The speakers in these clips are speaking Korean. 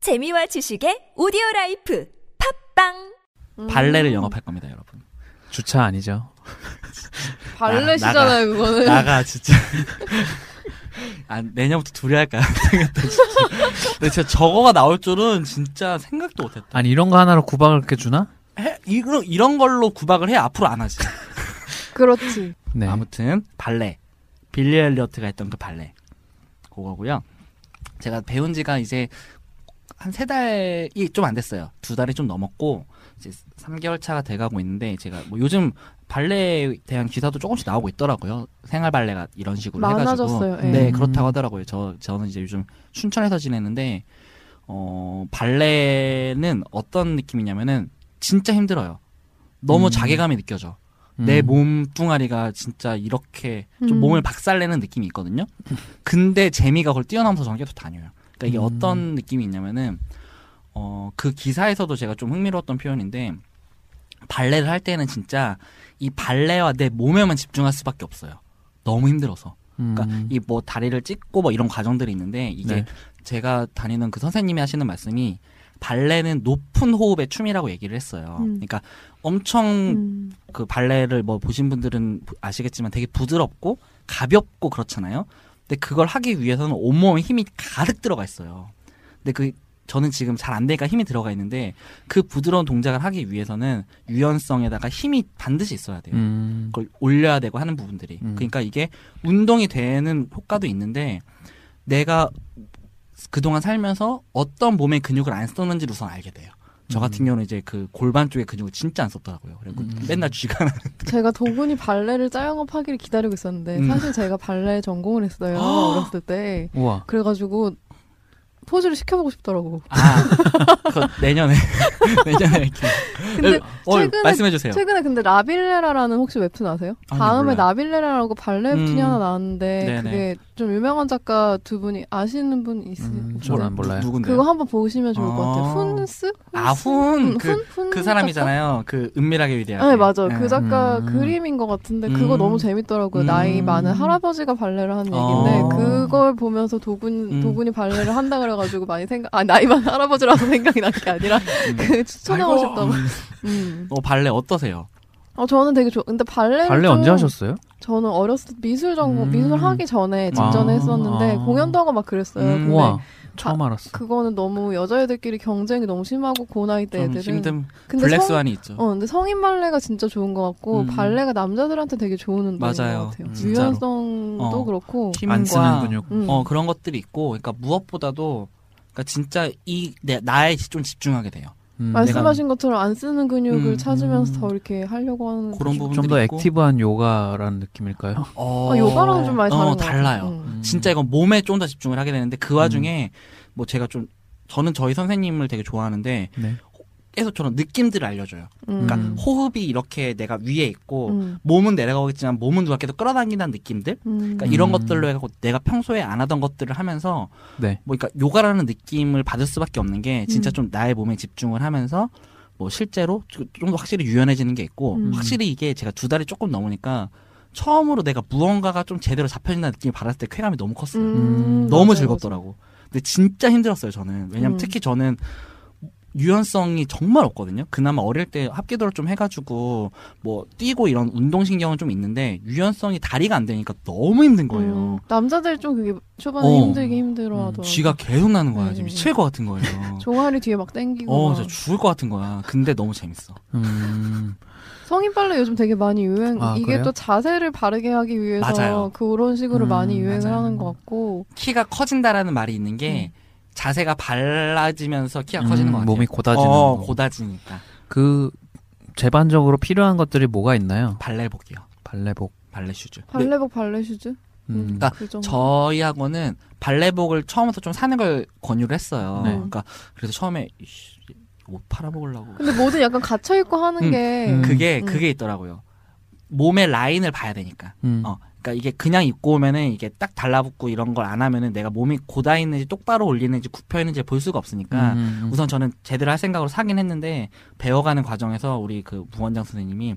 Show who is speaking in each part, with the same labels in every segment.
Speaker 1: 재미와 지식의 오디오 라이프 팝빵
Speaker 2: 음, 발레를
Speaker 3: 음.
Speaker 2: 영업할 겁니다, 여러분. 주차 아니죠?
Speaker 3: 발레시잖아요, 그거는.
Speaker 2: 나가 진짜. 아, 내년부터 둘이 할까? 생각했다, 진짜. 근데 진짜 저거가 나올 줄은 진짜 생각도 못했다.
Speaker 4: 아니 이런 거 하나로 구박을 이렇게 주나?
Speaker 2: 해, 이런 이런 걸로 구박을 해 앞으로 안 하지.
Speaker 3: 그렇지.
Speaker 4: 네.
Speaker 2: 아무튼 발레 빌리 엘리어트가 했던 그 발레 그거고요. 제가 배운 지가 이제 한 세 달이 좀 안 됐어요. 두 달이 좀 넘었고 이제 3개월 차가 돼가고 있는데 제가 뭐 요즘 발레에 대한 기사도 조금씩 나오고 있더라고요. 생활 발레가 이런 식으로 해가지고
Speaker 3: 많아졌어요. 예.
Speaker 2: 네
Speaker 4: 음.
Speaker 2: 그렇다고 하더라고요. 저 저는 이제 요즘 춘천에서 지내는데 어 발레는 어떤 느낌이냐면은 진짜 힘들어요. 너무
Speaker 4: 음.
Speaker 2: 자괴감이 느껴져.
Speaker 4: 음.
Speaker 2: 내 몸뚱아리가 진짜 이렇게 좀
Speaker 3: 음.
Speaker 2: 몸을 박살내는 느낌이 있거든요. 근데 재미가 그걸 뛰어넘어서 저는 계속 다녀요. 그러니까 이게
Speaker 4: 음.
Speaker 2: 어떤 느낌이 있냐면은 어, 그 기사에서도 제가 좀 흥미로웠던 표현인데 발레를 할 때는 진짜 이 발레와 내 몸에만 집중할 수밖에 없어요. 너무 힘들어서.
Speaker 4: 음.
Speaker 2: 그러니까 이 뭐 다리를 찢고 뭐 이런 과정들이 있는데 이게
Speaker 4: 네.
Speaker 2: 제가 다니는 그 선생님이 하시는 말씀이 발레는 높은 호흡의 춤이라고 얘기를 했어요.
Speaker 3: 음.
Speaker 2: 그러니까 엄청
Speaker 3: 음.
Speaker 2: 그 발레를 뭐 보신 분들은 부- 아시겠지만 되게 부드럽고 가볍고 그렇잖아요. 근데 그걸 하기 위해서는 온몸에 힘이 가득 들어가 있어요. 근데 그 저는 지금 잘 안 되니까 힘이 들어가 있는데 그 부드러운 동작을 하기 위해서는 유연성에다가 힘이 반드시 있어야 돼요.
Speaker 4: 음.
Speaker 2: 그걸 올려야 되고 하는 부분들이.
Speaker 4: 음.
Speaker 2: 그러니까 이게 운동이 되는 효과도 있는데 내가 그동안 살면서 어떤 몸의 근육을 안 썼는지를 우선 알게 돼요. 저 같은 경우는 이제 그 골반 쪽의 근육을 진짜 안 썼더라고요. 그리고
Speaker 4: 음.
Speaker 2: 맨날 쥐가
Speaker 3: 제가 도군이 발레를 짜영업하기를 기다리고 있었는데
Speaker 2: 음.
Speaker 3: 사실 제가 발레 전공을 했어요 어렸을 때
Speaker 4: 우와.
Speaker 3: 그래가지고 포즈를 시켜보고 싶더라고
Speaker 2: 아, 그거 내년에 내년에 이렇게.
Speaker 3: 근데
Speaker 2: 어,
Speaker 3: 최근에-
Speaker 2: 말씀해 주세요.
Speaker 3: 최근에 근데 라빌레라라는 혹시 웹툰 아세요?
Speaker 2: 아니요,
Speaker 3: 다음에
Speaker 2: 몰라요.
Speaker 3: 라빌레라라고 발레 웹툰이
Speaker 2: 음.
Speaker 3: 하나 나왔는데
Speaker 2: 네네.
Speaker 3: 그게 좀 유명한 작가 두 분이 아시는 분
Speaker 4: 음,
Speaker 3: 있으세요?
Speaker 4: 저는 몰라요.
Speaker 2: 누군데?
Speaker 3: 그거 한번 보시면 좋을 것 같아요
Speaker 2: 아.
Speaker 3: 훈스? 음,
Speaker 2: 아, 훈.
Speaker 3: 훈,
Speaker 2: 그,
Speaker 3: 훈
Speaker 2: 그 사람이잖아요. 그 은밀하게 위대하게.
Speaker 3: 네 맞아
Speaker 2: 예.
Speaker 3: 그 작가
Speaker 4: 음.
Speaker 3: 그림인 것 같은데 그거
Speaker 2: 음.
Speaker 3: 너무 재밌더라고요 나이
Speaker 2: 음.
Speaker 3: 많은 할아버지가 발레를 하는
Speaker 2: 어.
Speaker 3: 얘기인데 그걸 보면서 도군
Speaker 2: 음.
Speaker 3: 도군이 발레를 한다 그래가지고 많이 생각 아 나이 많은 할아버지라고 생각이 난 게 아니라
Speaker 2: 음.
Speaker 3: 그 추천하고
Speaker 2: 아이고.
Speaker 3: 싶다고 음.
Speaker 2: 어, 발레 어떠세요?
Speaker 3: 어 저는 되게 좋아 근데 발레를
Speaker 4: 발레
Speaker 3: 좀
Speaker 4: 언제 하셨어요?
Speaker 3: 저는 어렸을 때 미술 전공
Speaker 4: 음.
Speaker 3: 미술 하기 전에 직전에
Speaker 4: 아.
Speaker 3: 했었는데
Speaker 4: 아.
Speaker 3: 공연도 하고 막 그랬어요
Speaker 2: 음.
Speaker 3: 근데
Speaker 4: 우와. 처음
Speaker 3: 네.
Speaker 4: 알았어.
Speaker 3: 그거는 너무 여자애들끼리 경쟁이 너무 심하고 고나이 때
Speaker 2: 좀
Speaker 3: 애들은
Speaker 2: 힘든
Speaker 3: 네, 근데 성-
Speaker 2: 블랙스완이 있죠.
Speaker 3: 어, 근데 성인 발레가 진짜 좋은 것 같고
Speaker 2: 음.
Speaker 3: 발레가 남자들한테 되게 좋은 운동인
Speaker 2: 맞아요.
Speaker 3: 것 같아요.
Speaker 2: 음, 진짜로.
Speaker 3: 유연성도
Speaker 2: 어.
Speaker 3: 그렇고.
Speaker 2: 힘과
Speaker 4: 안 쓰는 근육.
Speaker 3: 음.
Speaker 2: 어, 그런 것들이 있고 그러니까 무엇보다도 그러니까 진짜 이 내, 나에 좀 집중하게 돼요.
Speaker 4: 음.
Speaker 3: 말씀하신 것처럼 안 쓰는 근육을
Speaker 2: 음.
Speaker 3: 찾으면서 더 이렇게 하려고 하는.
Speaker 2: 그런 부분들이
Speaker 4: 좀더
Speaker 2: 있고.
Speaker 4: 액티브한 요가라는 느낌일까요?
Speaker 2: 어,
Speaker 3: 아, 요가랑은 좀 많이 다른
Speaker 2: 어,
Speaker 3: 것
Speaker 2: 달라요.
Speaker 3: 같아요. 음.
Speaker 2: 진짜 이건 몸에 좀 더 집중을 하게 되는데 그 와중에 뭐 제가 좀 저는 저희 선생님을 되게 좋아하는데
Speaker 4: 네.
Speaker 2: 계속 저런 느낌들을 알려줘요.
Speaker 3: 음.
Speaker 2: 그러니까
Speaker 4: 음.
Speaker 2: 호흡이 이렇게 내가 위에 있고
Speaker 3: 음.
Speaker 2: 몸은 내려가겠지만 몸은 누가 계속 끌어당긴다는 느낌들.
Speaker 3: 음.
Speaker 2: 그러니까 이런
Speaker 4: 음.
Speaker 2: 것들로 해갖고 내가 평소에 안 하던 것들을 하면서
Speaker 4: 네.
Speaker 2: 뭐 그러니까 요가라는 느낌을 받을 수밖에 없는 게 진짜
Speaker 3: 음.
Speaker 2: 좀 나의 몸에 집중을 하면서 뭐 실제로 좀 더 확실히 유연해지는 게 있고
Speaker 3: 음.
Speaker 2: 확실히 이게 제가 두 달이 조금 넘으니까 처음으로 내가 무언가가 좀 제대로 잡혀진다는 느낌을 받았을 때 쾌감이 너무 컸어요.
Speaker 4: 음,
Speaker 2: 너무
Speaker 3: 맞아요,
Speaker 2: 즐겁더라고. 근데 진짜 힘들었어요, 저는.
Speaker 3: 음.
Speaker 2: 왜냐면 특히 저는 유연성이 정말 없거든요. 그나마 어릴 때 합기도를 좀 해가지고 뭐 뛰고 이런 운동신경은 좀 있는데 유연성이 다리가 안 되니까 너무 힘든
Speaker 3: 맞아요. 음.
Speaker 2: 거예요.
Speaker 3: 남자들 좀 그게 초반에
Speaker 2: 어.
Speaker 3: 힘들게 힘들어 하더라고요.
Speaker 2: 쥐가 계속 나는 거야.
Speaker 3: 네.
Speaker 2: 지금 미칠 것 같은 거예요.
Speaker 3: 종아리 뒤에 막 땡기고.
Speaker 2: 어,
Speaker 3: 막.
Speaker 2: 진짜 죽을 것 같은 거야. 근데 너무 재밌어.
Speaker 4: 음.
Speaker 3: 성인 발레 요즘 되게 많이 유행,
Speaker 4: 아,
Speaker 3: 이게
Speaker 4: 그래요?
Speaker 3: 또 자세를 바르게 하기 위해서
Speaker 2: 맞아요.
Speaker 3: 그런 식으로
Speaker 4: 음,
Speaker 3: 많이 유행을
Speaker 2: 맞아요.
Speaker 3: 하는 것 같고.
Speaker 2: 키가 커진다라는 말이 있는 게 자세가 발라지면서 키가
Speaker 4: 음,
Speaker 2: 커지는 것 같아요.
Speaker 4: 몸이 고다지는
Speaker 2: 어,
Speaker 4: 거.
Speaker 2: 고다지니까.
Speaker 4: 그 재반적으로 필요한 것들이 뭐가 있나요?
Speaker 2: 발레복이요.
Speaker 4: 발레복.
Speaker 2: 발레 슈즈.
Speaker 3: 발레복 발레 슈즈?
Speaker 4: 음.
Speaker 2: 그러니까
Speaker 3: 그 정도.
Speaker 2: 저희 학원은 발레복을 처음부터 좀 사는 걸 권유를 했어요.
Speaker 4: 네.
Speaker 2: 그러니까 그래서 처음에 이씨, 옷 팔아먹으려고
Speaker 3: 근데 뭐든 약간 갇혀 있고 하는
Speaker 2: 음,
Speaker 3: 게
Speaker 4: 음.
Speaker 2: 그게
Speaker 3: 음.
Speaker 2: 그게 있더라고요. 몸의 라인을 봐야 되니까.
Speaker 4: 음.
Speaker 2: 어, 그러니까 이게 그냥 입고 오면은 이게 딱 달라붙고 이런 걸 안 하면은 내가 몸이 고다 있는지 똑바로 올리는지 굽혀 있는지 볼 수가 없으니까
Speaker 4: 음.
Speaker 2: 우선 저는 제대로 할 생각으로 사긴 했는데 배워가는 과정에서 우리 그 부원장 선생님이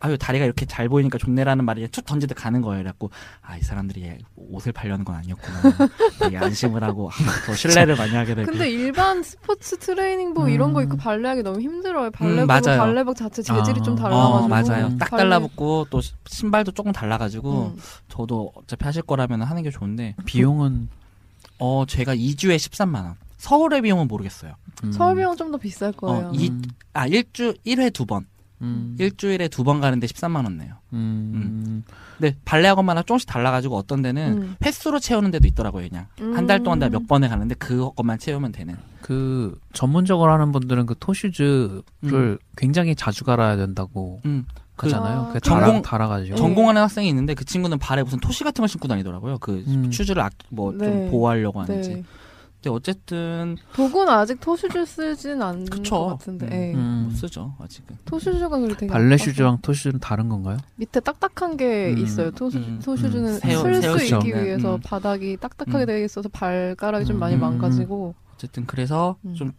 Speaker 2: 아유 다리가 이렇게 잘 보이니까 좋네라는 말이 툭 던지듯 가는 거예요. 그래갖고 아 이 사람들이 얘 옷을 팔려는 건 아니었구나. 되게 안심을 하고 아, 더 신뢰를 많이 하게 되고.
Speaker 3: 근데 일반 스포츠 트레이닝복 이런 거
Speaker 2: 네, 그 음.
Speaker 3: 입고 발레하기 너무 힘들어요. 발레복
Speaker 2: 맞아요.
Speaker 3: 발레복 자체 재질이
Speaker 4: 아.
Speaker 3: 좀
Speaker 2: 어
Speaker 3: 달라가지고. 음,
Speaker 2: 맞아요. 딱
Speaker 3: 발레-
Speaker 2: 달라붙고 또 시- 신발도 조금 달라가지고
Speaker 3: 음.
Speaker 2: 저도 어차피 하실 거라면 하는 게 좋은데
Speaker 4: 비용은
Speaker 2: 어 제가 2주에 13만 원. 서울의 비용은 모르겠어요.
Speaker 4: 음,
Speaker 3: 서울병원 좀더 비쌀 거예요.
Speaker 2: 어, 이- 아 일주 1회 두 번.
Speaker 4: 음,
Speaker 2: 일주일에 두 번 가는데 13만 원 내요.
Speaker 4: 음,
Speaker 2: 근데 네, 발레학원마다 조금씩 달라가지고 어떤 데는
Speaker 3: 음.
Speaker 2: 횟수로 채우는 데도 있더라고요. 그냥 한 달 동안 내가 몇 번에 가는데 그것만 채우면 되는.
Speaker 4: 그 전문적으로 하는 분들은 그 토슈즈를 굉장히 자주 갈아야 된다고
Speaker 2: 음, 그
Speaker 4: 하잖아요.
Speaker 3: 아.
Speaker 4: 그
Speaker 2: 전공-
Speaker 4: 달아 달아가지고
Speaker 2: 전공하는 학생이 있는데 그 친구는 발에 무슨 토시 같은 걸 신고 다니더라고요. 그
Speaker 4: 음.
Speaker 2: 슈즈를 뭐 좀
Speaker 3: 네.
Speaker 2: 보호하려고 하는지.
Speaker 3: 네.
Speaker 2: 근데 어쨌든
Speaker 3: 도구는 아직 토슈즈 쓰진 않는
Speaker 2: 그쵸.
Speaker 3: 것 같은데.
Speaker 2: 음.
Speaker 3: 예.
Speaker 4: 음,
Speaker 2: 못 쓰죠 아직은.
Speaker 3: 토슈즈가 그리 되게
Speaker 4: 발레
Speaker 3: 아파서.
Speaker 4: 슈즈랑 토슈즈는 다른 건가요?
Speaker 3: 밑에 딱딱한 게
Speaker 4: 음,
Speaker 3: 있어요. 토슈,
Speaker 2: 음,
Speaker 4: 음.
Speaker 3: 토슈즈는
Speaker 2: 세워-
Speaker 3: 쓸 수
Speaker 2: 세우죠.
Speaker 3: 있기
Speaker 2: 네,
Speaker 3: 위해서
Speaker 2: 음.
Speaker 3: 바닥이 딱딱하게
Speaker 2: 음.
Speaker 3: 되어 있어서 발가락이 좀
Speaker 2: 음.
Speaker 3: 많이 망가지고
Speaker 2: 어쨌든 그래서
Speaker 3: 음.
Speaker 2: 좀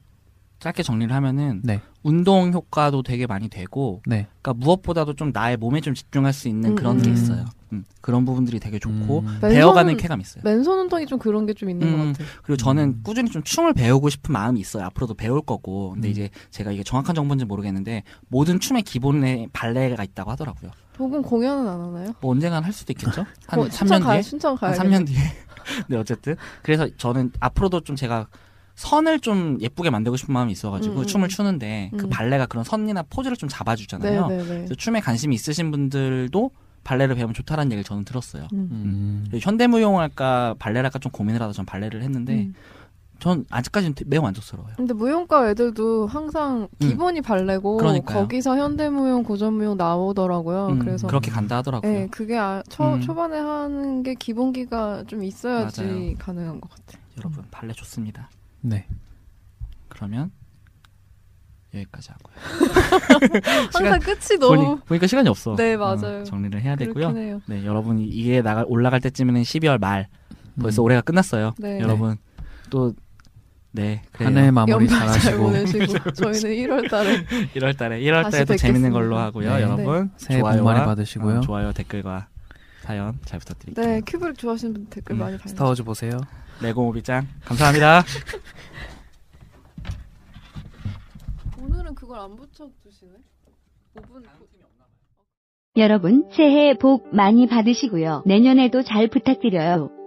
Speaker 2: 짧게 정리를 하면은
Speaker 4: 네.
Speaker 2: 운동 효과도 되게 많이 되고
Speaker 4: 네.
Speaker 2: 그러니까 무엇보다도 좀 나의 몸에 좀 집중할 수 있는
Speaker 3: 음,
Speaker 2: 그런 게
Speaker 4: 음.
Speaker 2: 있어요. 음, 그런 부분들이 되게 좋고
Speaker 4: 음,
Speaker 3: 네.
Speaker 2: 배워가는
Speaker 3: 왼손은-
Speaker 2: 쾌감 이 있어요.
Speaker 3: 맨손 운동이 좀 그런 게 좀 있는
Speaker 2: 음.
Speaker 3: 것 같아요.
Speaker 2: 그리고 저는
Speaker 4: 음.
Speaker 2: 꾸준히 좀 춤을 배우고 싶은 마음이 있어요. 앞으로도 배울 거고. 근데
Speaker 4: 음.
Speaker 2: 이제 제가 이게 정확한 정보인지 모르겠는데 모든 춤의 기본에 발레가 있다고 하더라고요.
Speaker 3: 도구 공연은 안 하나요?
Speaker 2: 뭐 언젠간 할 수도 있겠죠? 한
Speaker 3: 어,
Speaker 2: 3년
Speaker 3: 가야,
Speaker 2: 뒤에?
Speaker 3: 순천 가야.
Speaker 2: 한 3년 뒤에. 네, 어쨌든. 그래서 저는 앞으로도 좀 제가 선을 좀 예쁘게 만들고 싶은 마음이 있어가지고
Speaker 3: 음, 음.
Speaker 2: 춤을 추는데 그
Speaker 3: 음.
Speaker 2: 발레가 그런 선이나 포즈를 좀 잡아주잖아요.
Speaker 3: 네네네.
Speaker 2: 그래서 춤에 관심이 있으신 분들도 발레를 배우면 좋다라는 얘기를 저는 들었어요.
Speaker 4: 음.
Speaker 2: 그리고 현대무용할까 발레랄까 좀 고민을 하다 전 발레를
Speaker 3: 음.
Speaker 2: 했는데 전 아직까지는 되게 매우 만족스러워요.
Speaker 3: 근데 무용과 애들도 항상
Speaker 2: 음.
Speaker 3: 기본이 발레고
Speaker 2: 그러니까요.
Speaker 3: 거기서 현대무용, 고전무용 나오더라고요.
Speaker 2: 음,
Speaker 3: 어, 그래서
Speaker 2: 그렇게 간다 하더라고요.
Speaker 3: 예, 그게 아, 초,
Speaker 2: 음.
Speaker 3: 초반에 하는 게 기본기가 좀 있어야지
Speaker 2: 맞아요.
Speaker 3: 가능한 것 같아요.
Speaker 2: 여러분 발레 좋습니다.
Speaker 4: 네.
Speaker 2: 그러면 여기까지 하고요.
Speaker 3: 항상 끝이 너무
Speaker 2: 보니, 까 시간이 없어.
Speaker 3: 네,
Speaker 2: 어,
Speaker 3: 맞아요.
Speaker 2: 정리를 해야 되고요.
Speaker 3: 그렇긴 해요.
Speaker 2: 네 여러분이 이게 나갈 올라갈 때쯤에는 12월 말
Speaker 4: 음.
Speaker 2: 벌써 올해가 끝났어요.
Speaker 3: 네.
Speaker 2: 여러분 또네
Speaker 4: 한해 마무리
Speaker 3: 연말 잘
Speaker 4: 잘하시고
Speaker 3: 보내시고 저희는 1월달에
Speaker 2: 1월 달에 1월
Speaker 3: 다시
Speaker 2: 달에 또 재밌는
Speaker 3: 뵙겠습니다.
Speaker 2: 걸로 하고요.
Speaker 4: 네.
Speaker 2: 여러분
Speaker 4: 새해 복
Speaker 2: 좋아요와
Speaker 4: 많이 받으시고요.
Speaker 2: 어, 좋아요 댓글과 사연 잘 부탁드릴게요.
Speaker 3: 네 큐브릭 좋아하시는 분 댓글
Speaker 2: 음,
Speaker 3: 많이 달아주세요.
Speaker 4: 스타워즈 보세요.
Speaker 2: 레고 모비짱 감사합니다.
Speaker 3: 오늘은 그걸 안 붙여 두시네. 5분
Speaker 5: 여러분, 새해 복 많이 받으시고요. 내년에도 잘 부탁드려요.